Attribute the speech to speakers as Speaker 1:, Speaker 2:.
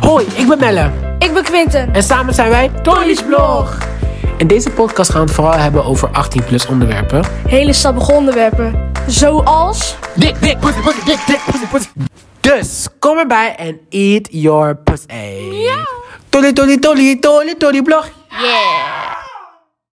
Speaker 1: Hoi, ik ben Melle.
Speaker 2: Ik ben Quinten.
Speaker 1: En samen zijn wij Tony's Blog. In deze podcast gaan we het vooral hebben over 18 plus onderwerpen.
Speaker 2: Hele sappige onderwerpen. Zoals...
Speaker 1: Dik, dik, pussy, pussy, dik, dik, pussy, pussy. Dus kom erbij en eat your pussy. Ja. Tolly, tolly, tolly, tolly, tolly blog.
Speaker 2: Yeah.